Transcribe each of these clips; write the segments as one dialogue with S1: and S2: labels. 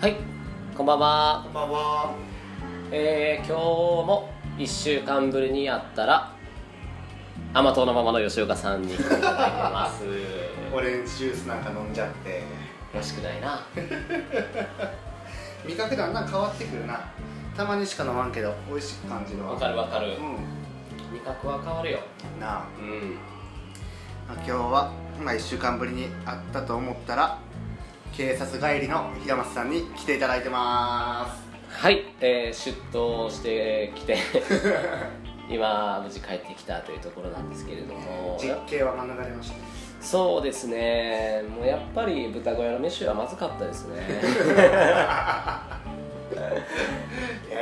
S1: はい、こんばんは
S2: こ。んばんは。
S1: えー、今日も1週間ぶりにやったら、甘党のままの吉岡さんに来ていただいてます。
S2: オレンジジュースなんか飲んじゃって。
S1: らしくないな。
S2: 味覚だんだん変わってくるな。たまにしか飲まんけど、美味しく感じるわ。
S1: わかるわかる
S2: う。ん。
S1: 味覚は変わるよ。
S2: なあ。
S1: うん。
S2: まあ今日は、まあ、1週間ぶりに会ったと思ったら、警察帰りの平松さんに来ていただいてま
S1: はい、えー、出頭してきて、 今、無事帰ってきたというところなんですけれども
S2: す。。実刑は免れました。
S1: そうですねもうやっぱり豚小屋の飯はまずかったですね
S2: やや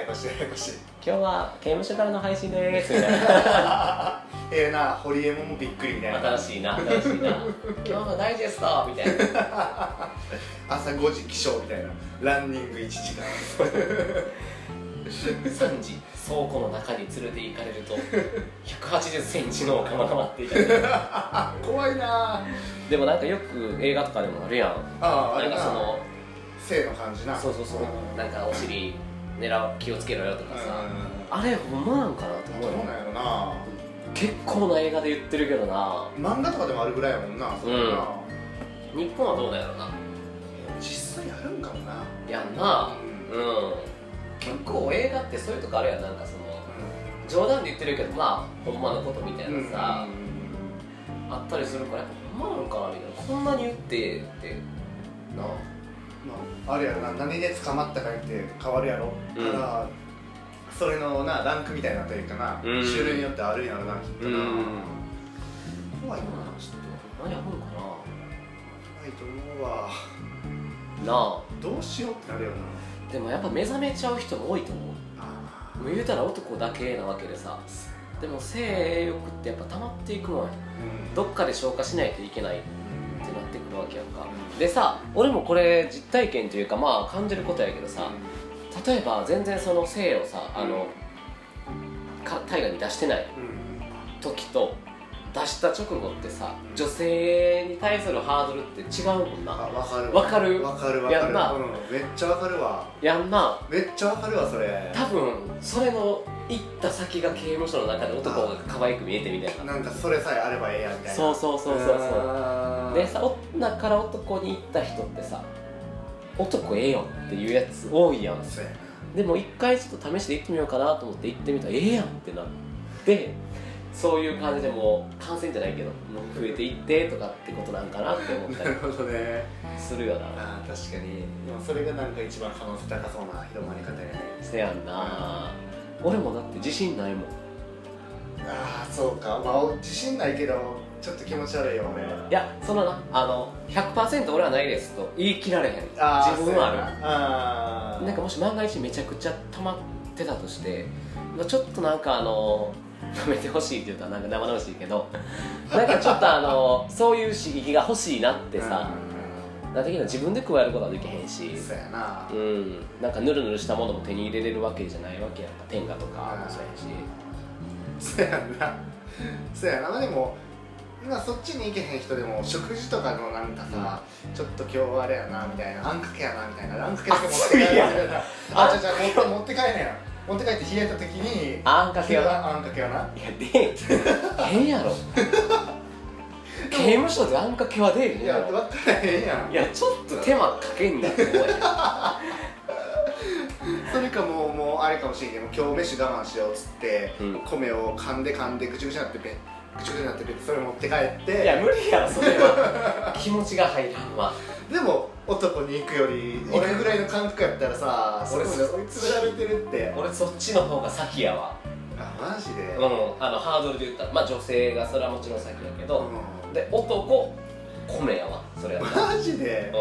S2: こしい、ややこしい。
S1: 今日は刑務所からの配信ですみたい
S2: ええな、堀江門もびっくりみたい
S1: な
S2: な
S1: 新。しいな新しいな今日のダイジェストみたいな
S2: 朝5時起床みたいな。ランニング1時間。
S1: 3時倉庫の中に連れて行かれると180センチの釜が待っていたり
S2: あ、怖いなあ。
S1: でもなんかよく映画とかでもあるやん
S2: ああ、あ
S1: な
S2: れ
S1: んかその
S2: 性の感じな。
S1: そうそうそうなんかお尻狙う気をつけろよとかさ
S2: あ
S1: あれほんまなんかなと
S2: ど
S1: 思うよ
S2: うなんやろな
S1: 結構な映画で言ってるけどな
S2: 漫画とかでもあるぐらいやもんなそんなのな
S1: 日本はどうなんやろな
S2: 実際あるんかもな
S1: やんな
S2: うん
S1: うん向こう映画ってそういうとこあるやんなんかその冗談で言ってるけどまあほんまのことみたいなさ、あったりするからやっぱほんまなのかなみたいなこんなに言ってってな
S2: まあ、あるやろな何で捕まったかによって変わるやろ、
S1: うん
S2: からそれのなランクみたいなというかな、
S1: うん
S2: 種類によってあるんやろなきっとな、
S1: うん
S2: 怖いな
S1: ちょっと何やるのか
S2: 怖いと思うわ
S1: なな
S2: どうしようってなるよな
S1: あでもやっぱ目覚めちゃう人が多いと思
S2: あ
S1: うもう言うたら男だけなわけでさでも性欲ってやっぱ溜まっていくもんや
S2: うん
S1: どっかで消化しないといけないってなってくるわけやんかでさ俺もこれ実体験というかまあ感じることやけどさ、例えば全然その性をさあの、か大河に出してない
S2: うん
S1: 時と出した直後ってさ
S2: うん
S1: 女性に対するハードルって違うもんな
S2: あわかる
S1: わかる
S2: わかるわ
S1: や
S2: か
S1: ん
S2: る
S1: な
S2: うんめっちゃわかるわ
S1: やんな
S2: めっちゃわかるわそれ
S1: 多分それの行った先が刑務所の中で男が可愛く見えてみたい
S2: なんかそれさえあればええやみたい
S1: な
S2: な
S1: そうそう
S2: う
S1: そうそうそう
S2: う
S1: でさ女から男に行った人ってさ男ええよっていうやつ多いやん
S2: そうやな
S1: でも一回ちょっと試して行ってみようかなと思って行ってみたらええやんってなってそういう感じでもう感染じゃないけどもう増えていってとかってことなんかなって思った
S2: な
S1: り
S2: るほどね
S1: するよな
S2: ああ確かにでもそれがなんか一番可能性高そうな広まり方やね
S1: せやんな俺もだって自信ないもん
S2: ああそうかまあ自信ないけどちょっと気持ち悪いよ俺
S1: いやそんななあの100%俺はないですと言い切られへん
S2: あー
S1: 自分はあ
S2: あ
S1: るなんかもし万が一めちゃくちゃ溜まってたとしてちょっとなんかあの 止めてほしいって言うとなんか生々しいけど なんかちょっとあのそういう刺激が欲しいなってさ、なんていうの自分で加えることはできへんし
S2: うんそうやな
S1: うんなんかぬるぬるしたものも手に入れれるわけじゃないわけやんか天下とかも
S2: うん
S1: そうやし
S2: そうやんなそうやなまあでも今そっちに行けへん人でも食事とかのなんかさ、ちょっと今日はあれやなみたいなあんかけやなみたいなあんかけだけ持って帰るみたいなあじゃじゃ持って持って帰るやん持って帰って冷えた時に
S1: あんかけはな
S2: あんかけはない
S1: やで変やろ刑務所であんかけは出る
S2: い
S1: や
S2: や
S1: ろ
S2: 分からへんやん
S1: いやちょっと手間かけんなって思うやん
S2: それかもうもうあれかもしれんけど今日飯我慢しようっつって、
S1: うん
S2: 米を噛んで噛んでぐちゅぐちゅになってべぐちゅぐちゅになってべそれ持って帰っ
S1: いや
S2: て
S1: 無理やろそれは気持ちが入らんわ
S2: でも男に行くより行
S1: 俺
S2: くぐらいの感覚やったらさそ
S1: 俺
S2: れも追い詰められてるって
S1: 俺そっちの方が先やわ
S2: あマジで、
S1: うんあのハードルで言ったらまあ女性がそれはもちろん先やけど、
S2: う
S1: で男米やわそれやったら
S2: んマジで
S1: う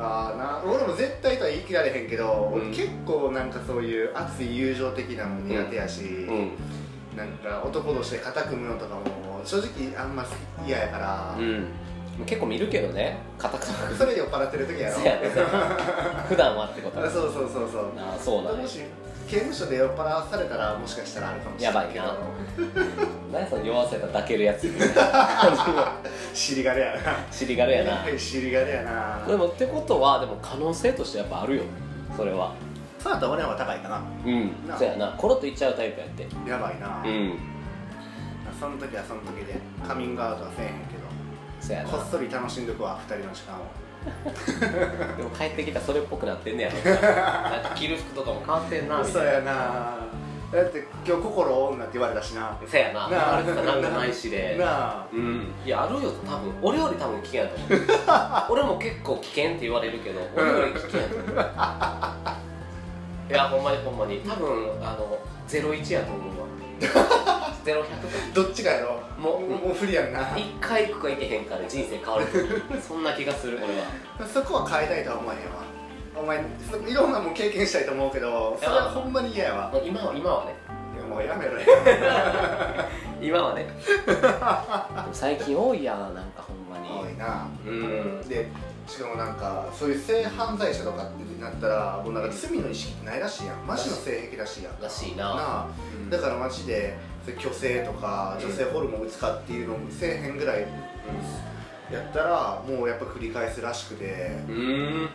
S2: ああな俺も絶対とは言い切られへんけど、
S1: うん
S2: 俺結構なんかそういう熱い友情的なの苦手やし、
S1: んうん
S2: なんか男同士で肩組むのとかも正直あんま嫌やから、
S1: うん結構見るけどね硬くとか
S2: それ酔っ払ってる時やろ
S1: そうやね そうやね普段はってこと
S2: あそうそうそうそう
S1: あそうなん
S2: も
S1: や
S2: し刑務所で酔っ払わされたらもしかしたらあるかもしれないけど
S1: やばい何やその弱さが抱ける やつみたいな感じの
S2: 尻がれやな
S1: 尻軽やな
S2: 尻がれやな
S1: でもってことはでも可能性としてやっぱあるよそれは
S2: そうだったら俺の方が高いかな
S1: うん
S2: な
S1: そうやなコロッといっちゃうタイプやって
S2: やばいな、
S1: うん
S2: その時はその時でカミングアウトはせえへんけど
S1: そうや
S2: こっ
S1: な
S2: そり楽しんどくわ2人の時間を
S1: でも帰ってきたらそれっぽくなってんねやろなんか着る服とかも変わってんなみ
S2: 嘘
S1: たいな
S2: やなだって今日心女って言われたしな
S1: そうやな
S2: なあ
S1: あれとかなんかないしで
S2: なあ
S1: うんいやあるよ多分俺より多分危険やと思う俺も結構危険って言われるけど俺より危険やと思ういやほんまにほんまに多分あの01やと思うわ0100と
S2: どっちかやろ
S1: もう
S2: もう不利やんな
S1: か1回行くか行けへんかで人生変わるそんな気がする俺は
S2: そこは変えたいとは思えへんわお前そいろんなもん経験したいと思うけどそれはほんまに嫌やわ
S1: ま あ今は今はね
S2: いやもうやめろよ
S1: 今は ねでも最近多いやんなんかほんま
S2: 多
S1: に
S2: いな
S1: うん
S2: でしかもなんかそういう性犯罪者とかってなったらもうなんか罪の意識ってないらしいやんマジの性癖らしいやん
S1: らしい
S2: な
S1: な
S2: あだからマジでそういう虚勢とか女性ホルモン打つかっていうのもせえへんぐらいやったらもうやっぱ繰り返すらしくて、
S1: うんうん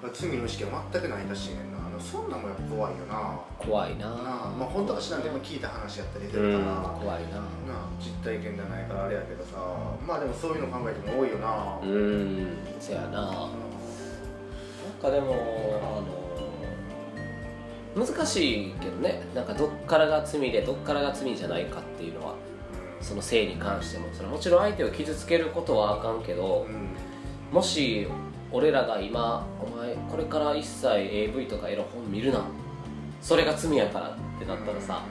S2: まあ罪の意識は全くないらしいねんなあのそんなんもやっぱ怖いよなな
S1: 怖いな
S2: あまあ本当か知らんでも聞いた話やったりす
S1: う
S2: る
S1: ん
S2: から、な
S1: 怖いな
S2: あ実体験じゃないからあれやけどさまあでもそういうの考えても多いよな、う
S1: う
S2: ん
S1: んそやななんかでもあの難しいけどねなんかどっからが罪でどっからが罪じゃないかっていうのはその性に関してもそれはもちろん相手を傷つけることはあかんけど
S2: うん
S1: もし俺らが今お前これから一切 AV とかエロ本見るなそれが罪やからってなったらさ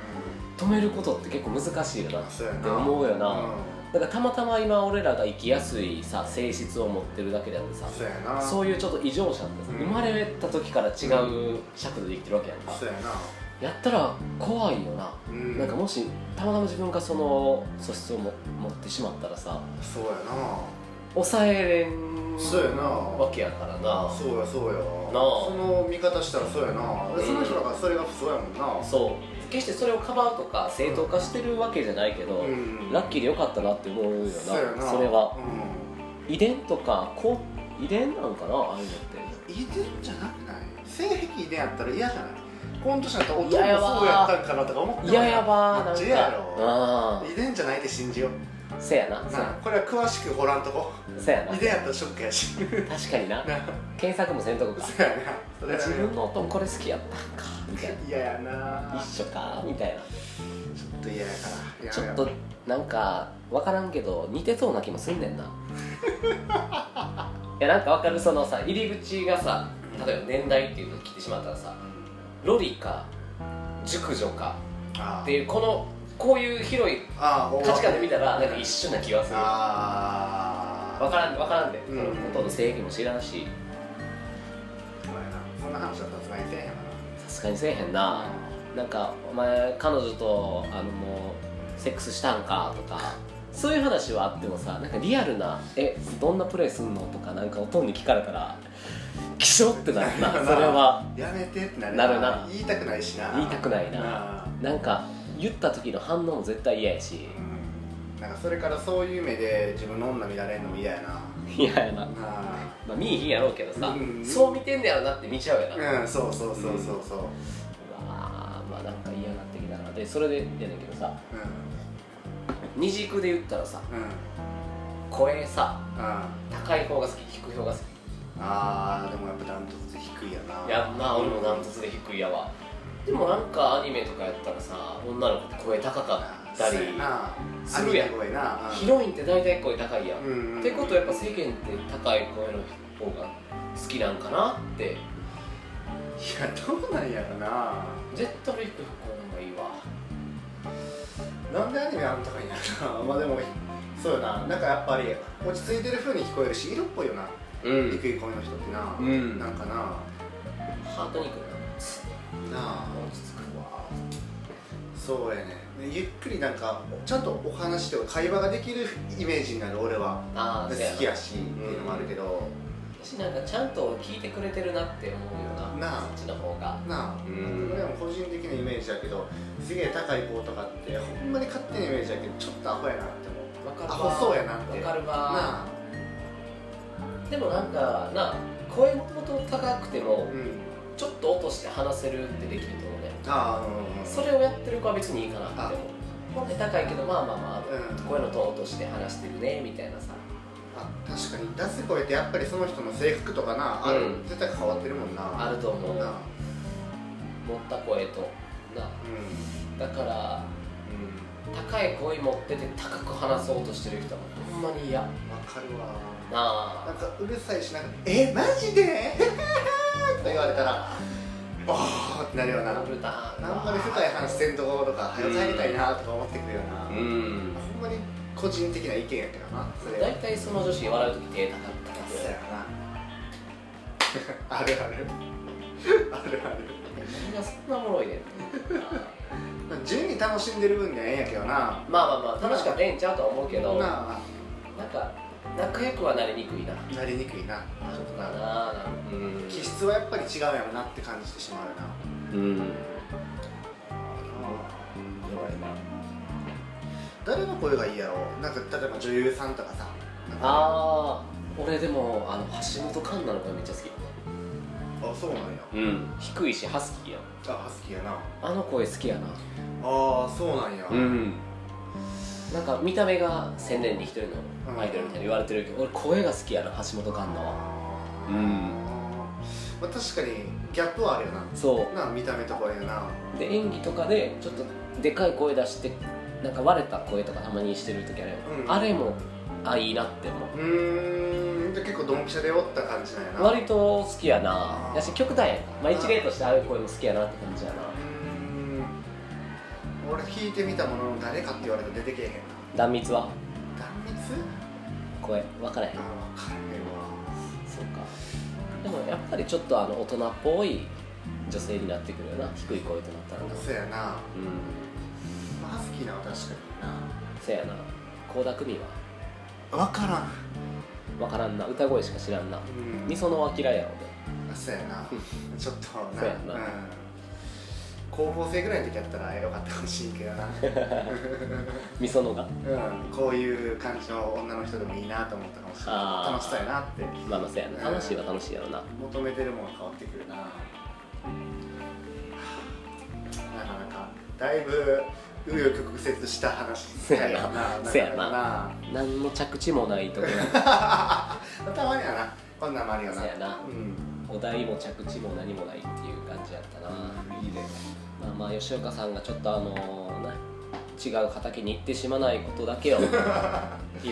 S1: 止めることって結構難しいよな
S2: うんそうやな
S1: って思うよな
S2: うん
S1: だからたまたま今俺らが生きやすいさ性質を持ってるだけであってさ
S2: そうやな
S1: そういうちょっと異常者ってさ、
S2: うん
S1: 生まれた時から違う尺度で生きてるわけやんか、
S2: そうやな
S1: やったら怖いよな、
S2: うん
S1: なんかもしたまたま自分がその素質をも持ってしまったらさ
S2: そうやな
S1: 抑えれん
S2: そうやな
S1: わけやからな
S2: そうやそうやな
S1: あ
S2: その見方したらそうやな、
S1: うん
S2: その人だからそれが普通やもんな
S1: そう決してそれをかばうとか正当化してるわけじゃないけど、
S2: うん
S1: ラッキーでよかったなって思うよな
S2: そうやな
S1: れは
S2: う
S1: 遺伝とかこう遺伝なんかなああいうのって
S2: ん遺伝じゃなくない性癖遺伝やったら嫌じゃないこの年になったらお父
S1: 嫌やわ
S2: もそうやったんかなとか思っても
S1: いややばー
S2: め
S1: な
S2: っ
S1: ん
S2: ち
S1: か
S2: ゃ嫌やろ
S1: あ
S2: 遺伝じゃないって信じよう
S1: あせやなせ
S2: な
S1: や
S2: これは詳しくご覧とこ
S1: なせやな
S2: 遺伝やったらショックやし
S1: 確かにな
S2: な
S1: 検索もせんとこか
S2: そうやなそれは
S1: 自分
S2: ね
S1: のおとんこれ好きやったんかみたい
S2: 嫌や
S1: な
S2: な
S1: 一緒かみたいな
S2: ちょっと嫌やからや
S1: ちょ
S2: めよ
S1: っ
S2: う
S1: となんか分からんけど似てそうな気もすんねん ないやなんか分かるそのさ入り口がさ例えば年代っていうのを切ってしまったらさロリか熟女か
S2: あ
S1: っていうこのこういう広い
S2: あ
S1: 価値観で見たらなんか
S2: 緒
S1: 一緒な気がする
S2: あ
S1: 分からん分からんで、
S2: うん
S1: そのほとんど正義も知らんし
S2: お前なそんな話はさすがにせえへんわ
S1: さすがにせえへん
S2: な
S1: ななんかお前彼女とあのもうセックスしたんかとかそういう話はあってもさなんかリアルな「えどんなプレイすんの?」とかなんかおとんに聞かれたら「気象」ってなる なそれは
S2: やめてってなる
S1: なるな
S2: 言いたくないしな
S1: 言いたくないな
S2: な
S1: なんか言った時の反応も絶対嫌やし
S2: うんなんかそれからそういう目で自分の女見られるのも嫌やな
S1: 嫌やな
S2: な
S1: まあ見えへんやろうけどさ、
S2: うん
S1: そう見てんねやろなって見ちゃうやな、うわ
S2: あうんそうそうそうそうそう
S1: あまあなんか嫌なってきたなでそれでやねんけどさ
S2: うん
S1: 二軸で言ったらさ
S2: うん
S1: 声さ
S2: あ
S1: 高い方が好き低い方が好き
S2: あーでもやっぱダントツ低いやない
S1: やまあ俺もダントツで低いやわでもなんかアニメとかやったらさ女の子って声高かったり
S2: そうやな
S1: するやん
S2: アニメ声な
S1: ヒロインって大体声高いやん、
S2: うんうん
S1: ってことはやっぱ世間って高い声の方が好きなんかなって
S2: いやどうなんやろな
S1: 絶対俺低い声の方がいいわ
S2: なんでアニメあんとかになるな まあでもそうよななんかやっぱり落ち着いてる風に聞こえるし色っぽいよな
S1: う
S2: 低い声の人ってな、
S1: うん
S2: なんかな
S1: ハートにくる
S2: なあ
S1: な落ち着くわ
S2: そうやねゆっくりなんかちゃんとお話とか会話ができるイメージになる俺は
S1: ああ
S2: 好
S1: そうやな
S2: きやしっていうのもあるけど、
S1: 私なんかちゃんと聞いてくれてるなって思うような
S2: なあ
S1: そっちの方が
S2: なあ、
S1: うん
S2: 俺も個人的なイメージだけどすげえ高い子とかってほんまに勝手なイメージだけどちょっとアホやなって思う
S1: 分かる
S2: ア
S1: わ
S2: ホそうやなって
S1: 分かるわ
S2: なあ
S1: でもなんかな声もともと高くて
S2: う
S1: も
S2: ん
S1: ちょっと落として話せるってできると思うね
S2: ああうん
S1: それをやってる子は別にいいかなって思う本音高いけどまあまあま
S2: うん
S1: あ声のトーン落として話してるねみたいなさ
S2: あ確かに出す声ってやっぱりその人の性格とかなある、
S1: うん
S2: 絶対変わってるもんな
S1: あると思う
S2: な
S1: 持
S2: あ
S1: った声とな
S2: う
S1: だから
S2: んうん
S1: 高い声持ってて高く話そうとしてる人はほんまに嫌な
S2: わかるわな
S1: あ
S2: んかうるさいしなんか「えマジで? 」 と言われたら「おーってなるよな
S1: ダブルターン
S2: あんまり深い話せんところとか
S1: う
S2: 早
S1: ん
S2: く帰りたいなとか思ってくるよな、
S1: う
S2: ほん
S1: ん
S2: まに個人的な意見やけどなそれは
S1: 大体その女子笑う時手高く
S2: そう
S1: て
S2: やな あるあるあるある
S1: みんなそんなおもろいね
S2: まあ順に楽しんでる分にはええんやけどな
S1: まあまあまあ楽しかったらええんちゃうとは思うけどなん
S2: な
S1: か仲良くはなりにくいな
S2: あなりにくいなちょっと
S1: だ
S2: な
S1: なあうん
S2: 気質はやっぱり違うやろなって感じてしまうよな
S1: うん
S2: 誰の声がいいやろなんか例えば女優さんとかさなんか
S1: ああ俺でもあの橋本環奈の声めっちゃ好き
S2: あそうなんや
S1: うん低いしハスキーやん
S2: あ好きやな
S1: あの声好きやな
S2: ああそうなんや、
S1: んなんか見た目が千年に一人のアイドルみたいに言われてるけど俺声が好きやな橋本環奈は
S2: あー
S1: うん
S2: まあ、確かにギャップはあるよな
S1: そ
S2: なあ見た目とかやな
S1: うで演技とかでちょっとでかい声出してなんか割れた声とかたまにしてる時あるよ、
S2: うん
S1: あれもあいいなって思う
S2: うーんじゃあ結構ドンピシャでおった感じなんやな
S1: 割と好きやな
S2: あー
S1: やし極端やんまあ、一例としてああいう声も好きやなって感じやな
S2: うーん俺聞いてみたものの誰かって言われたら出てけえへんな
S1: 断密は
S2: 断蜜
S1: 声分からへん
S2: ああ分かんねえ
S1: そうかでもやっぱりちょっとあの大人っぽい女性になってくるよな低い声となったらな
S2: わそうやな
S1: うん
S2: まあハスキーなのは確かに
S1: せやな倖田來未は
S2: な分からん
S1: 分からんな歌声しか知らんな
S2: うん
S1: みそのは嫌いやろで
S2: あそうやなちょっとな
S1: そうやな
S2: うん、高校生ぐらいの時やったらよかったかもしいけどな
S1: みそのが
S2: うんこういう感じの女の人でもいいなと思ったかもしれ
S1: あー
S2: ない楽しそうやなって
S1: まあまあせやな楽しいは楽しいやろな
S2: 求めてるものが変わってくるなはあなかなかだいぶ紆余曲折した話
S1: せやな
S2: な
S1: 何の着地もないとこ
S2: なかなかなたまにはなこんなんもあるよ
S1: ろ
S2: な
S1: せやな
S2: うん
S1: お題も着地も何もないっていう感じやったない
S2: いね
S1: まあまあ吉岡さんがちょっとあのな違う畑に行ってしまないことだけを祈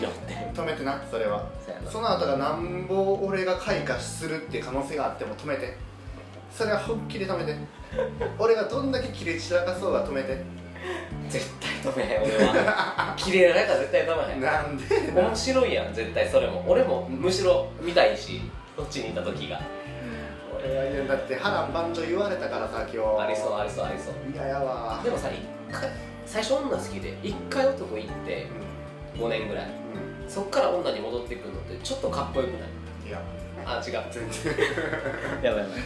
S1: って
S2: 止めてなそれは
S1: せやな
S2: その後がなんぼ俺が開花するっていう可能性があっても止めてそれは本気で止 めて俺がどんだけ切れ散らかそうが止めて
S1: 絶対止めへん俺は 切れられたら絶対止めへん
S2: なんで
S1: 面白いやん絶対それも俺もむしろ見たいしどっちにいた時が
S2: いやいやだって波乱万丈言われたからさ今日
S1: ありそうありそうありそう
S2: いややわ
S1: でもさ一回最初女好きで一回男行って
S2: う
S1: 5年ぐらい
S2: ん、う
S1: そっから女に戻ってくるのってちょっとかっこよくない
S2: ん、いや
S1: あ違う
S2: 全然
S1: やばいやば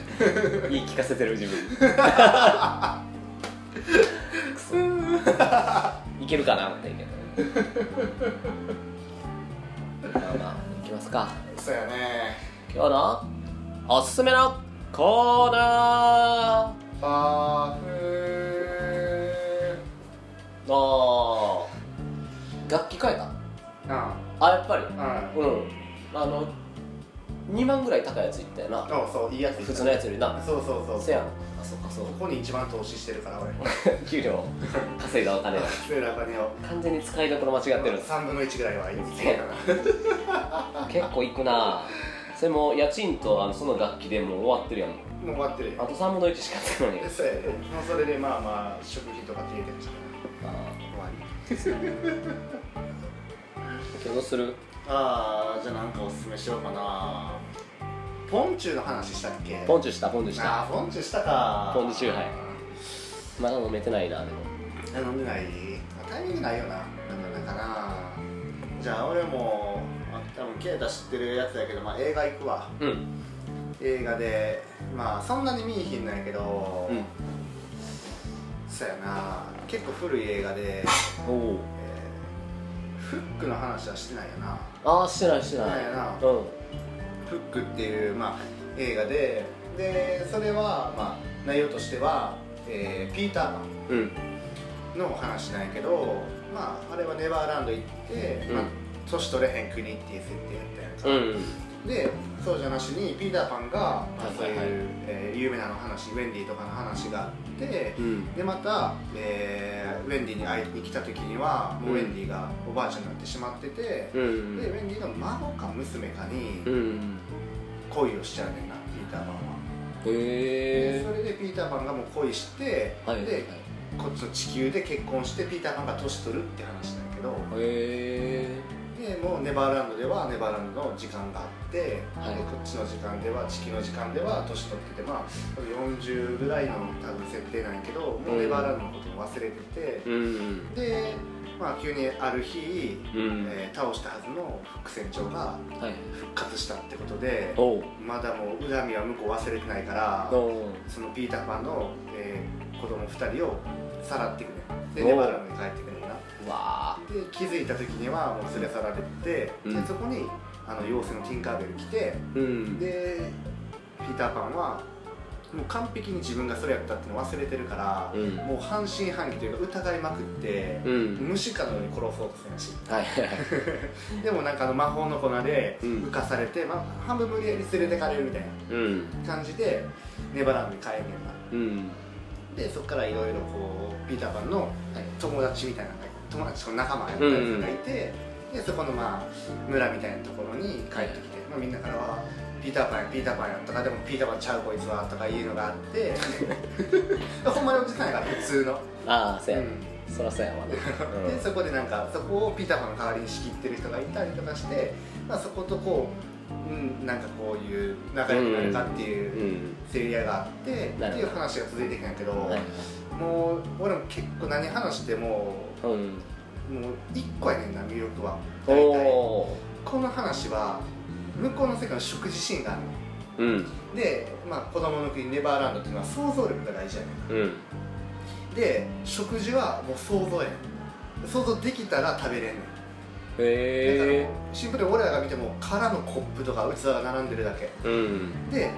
S1: い言い聞かせてる自分くそいけるかなって言うけどまあまあいきますか
S2: そうやね
S1: 今日のおすすめのコーナ
S2: あーふ
S1: ーあー楽器変えた
S2: ーあ
S1: あやっぱり
S2: あ
S1: うんあの2万ぐらい高いやついったよな
S2: あそういいやつ
S1: 普通のやつよりな
S2: そうそうそう
S1: せやんあそっかそう
S2: ここに一番投資してるから俺
S1: 給料稼いだお金だ
S2: それらお金を
S1: 完全に使いどころ間違ってる
S2: 3分の1ぐらいはいいけどな
S1: 結構いくなそれも家賃とあのその楽器でもう終わってるやん
S2: もう終わってる
S1: あ
S2: よ
S1: と3分の1しか使わないよ
S2: そうやねもうそれでまあまあ食費とか消えてるし
S1: あ
S2: 終わり
S1: ー今日どうする
S2: あーじゃあなんかおすすめしようかなポンチューの話したっけ
S1: ポンチュしたポンチュした
S2: あーポンチュしたか
S1: ポンチューはいまだ飲めてないなでも
S2: あ飲んでないタイミングないよなだからじゃあ俺も、まあ、多分ケイタ知ってるやつやけど、まあ、映画行くわ
S1: うん
S2: 映画でまあそんなに見にひんのやけど、
S1: うん
S2: そやな結構古い映画で、
S1: おお
S2: えーフックの話はしてないよな
S1: ああしてないしてない
S2: してないな
S1: うん
S2: フックっていう、まあ、映画ででそれは、まあ、内容としては、えーピーターパン
S1: うん
S2: の話なんやけど、まあ、あれはネバーランド行って、
S1: うん
S2: まあ、年取れへん国っていう設定やったやんか、
S1: うん
S2: でそうじゃなしにピーターパンが、まあ、そういう、
S1: はいはい
S2: えー有名なの話ウェンディとかの話があって
S1: うん
S2: でまた、えーウェンディに会いに来た時にはもうウェンディがおばあちゃんになってしまってて、
S1: う
S2: でウ
S1: ん
S2: ェンディの孫か娘かに
S1: うん
S2: 恋をしちゃうねんなピーターパンは、で
S1: へ
S2: それでピーターパンがもう恋して、
S1: えはいはい
S2: でこっちの地球で結婚してピーターパンが年取るって話なんやけど
S1: へえ
S2: でもうネバーランドではネバーランドの時間があって、
S1: はい
S2: でこっちの時間では地球の時間では年取っててまあ40ぐらいの多分設定なんやけどもうネバーランドのことも忘れてて、
S1: うん
S2: で、まあ、急にある日、
S1: うん
S2: えー倒したはずの副船長が
S1: はい
S2: 復活したってことで
S1: おう
S2: まだもう恨みは向こう忘れてないから
S1: おう
S2: そのピーターパンの、えー子供2人をさらっていくねで
S1: おう
S2: ネバーランドに帰ってくるねんな
S1: わあ
S2: で気づいた時にはもう連れ去られて、て
S1: うん
S2: でそこにあの妖精のティンカーベル来て
S1: うん
S2: でピーターパンはもう完璧に自分がそれやったっていうの忘れてるから、
S1: うん
S2: もう半信半疑というか疑いまくって、
S1: うん
S2: 無視かのように殺そうとするし
S1: はいはいはい
S2: でもなんかあの魔法の粉で
S1: うん
S2: 浮かされて、まあ、半分無理やり連れてかれるみたい
S1: うん
S2: な感じでネバランドに帰んね
S1: う
S2: んな
S1: ん
S2: でそこからいろいろこうピーターパンの友達みたいな友達の仲間みたいなやつがいて、でそこのまあ村みたいなところに帰ってきて、まあ、みんなからは「ピーターパンやピーターパンや」とか「でもピーターパンちゃうこいつは」とかいうのがあって ほんまにおじさんやから普通の、
S1: ああそうや
S2: うん
S1: そらそう やわなうん
S2: でそこでなんかそこをピーターパンの代わりに仕切ってる人がいたりとかして、まあ、そことこう、うん、なんかこういう仲良くなるかっていうう。
S1: ん
S2: 競り合いがあってって
S1: なるほど
S2: いう話が続いていくんやけど、
S1: はい
S2: もう俺も結構何話しても
S1: うん
S2: もう一個やねんな魅力は
S1: お
S2: 大体
S1: お
S2: この話は向こうの世界の食事シーンがあるの
S1: うん
S2: で、まあ、子供の国ネバーランドっていうのは想像力が大事やね
S1: うん
S2: んで食事はもう想像やねん想像できたら食べれんねんだから
S1: へえ
S2: もうシンプルに俺らが見ても空のコップとか器が並んでるだけ
S1: うん
S2: で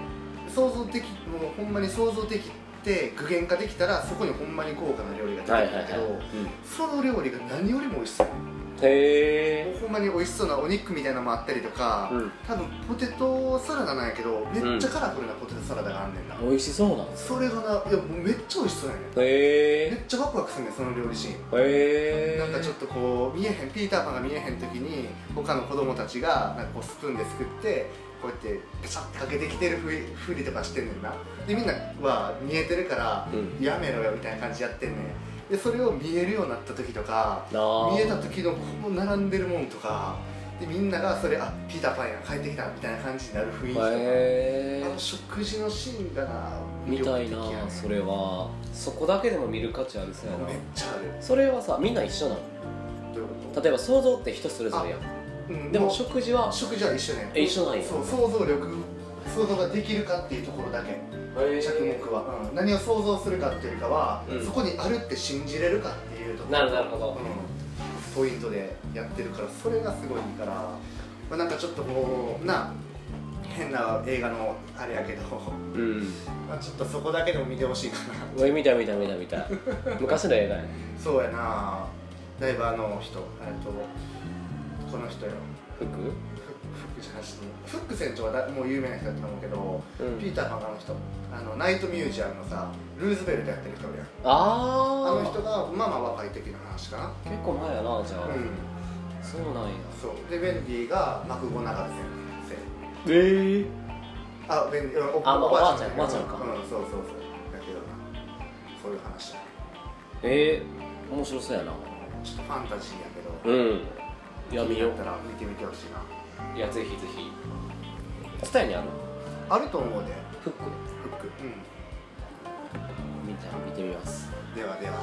S2: 想像できもうほんまに想像できて具現化できたらそこにほんまに豪華な料理が出てく
S1: はい
S2: る
S1: は
S2: ん
S1: いは
S2: だけ
S1: い
S2: ど、その料理が何よりも美味しそう
S1: うんへ
S2: も
S1: え
S2: うほんまに美味しそうなお肉みたいなのもあったりとか、
S1: うん
S2: 多分ポテトサラダなんやけどめっちゃカラフルなポテトサラダがあんねんな、
S1: 美味しそうなん
S2: それがないやもうめっちゃ美味しそうやねん
S1: へ
S2: めっ
S1: え
S2: ちゃワクワクするねんその料理シーン
S1: へえ
S2: なんかちょっとこう見えへんピーターパンが見えへん時に他の子供たちがなんかこうスプーンですくってこうやってペシャってかけてきてるふりふりとかしてんねんなでみんなは見えてるから
S1: うん
S2: やめろよみたいな感じでやってんねんでそれを見えるようになった時とか
S1: なあ
S2: 見えた時のこの並んでるもんとかでみんながそれあピーターパンや帰ってきたみたいな感じになる雰囲気とか、
S1: へ
S2: あ
S1: え
S2: の食事のシーンがな
S1: みたい
S2: 魅力的や
S1: な
S2: ね
S1: それはそこだけでも見る価値ありそうやな
S2: めっちゃある
S1: それはさみんな一緒なの
S2: どういうこと
S1: 例えば想像って人それぞれやん
S2: うん
S1: でも
S2: う
S1: 食事は
S2: 食事は一緒ね
S1: え一緒なんや
S2: そう想像力想像ができるかっていうところだけ着目は、うん、何を想像するかっていうよりかは、
S1: うん
S2: そこにあるって信じれるかっていうところ
S1: なるなるほど
S2: うん、ポイントでやってるからそれがすごいいいから、まあ、なんかちょっとこうな変な映画のあれやけど、
S1: うん
S2: まあ、ちょっとそこだけでも見てほしいかな
S1: うわ見た見た見た見た昔の映画や
S2: そうやなだいぶあの人えっとこの人よ
S1: 服
S2: フックじゃなしにフック船長はだもう有名な人だと思うけど、
S1: うん
S2: ピーターパンのあの人あのナイトミュージアムのさルーズベルトやってる人おるやん
S1: あ
S2: あ
S1: ー
S2: の人がまあまあ若い時の話かな
S1: 結構前やなじゃあ、
S2: うん
S1: そうなんや
S2: そうでウェンディがマクゴナガル先生
S1: ええ
S2: あウェンディお
S1: あまあ
S2: だ
S1: おばあちゃんおばあちゃんか
S2: うんそうそうそうだけどなそういう話だ
S1: えー、面白そうやな
S2: ちょっとファンタジーやけど、
S1: うんいや見よ
S2: だったら見てみてほしいな
S1: ういやぜひぜひ伝えにある
S2: あると思うで
S1: フック
S2: フックう
S1: 見て見てみます
S2: んではでは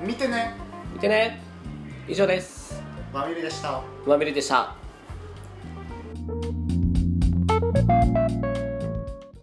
S2: 見てね
S1: 見てね以上です
S2: まみれでした
S1: まみれでした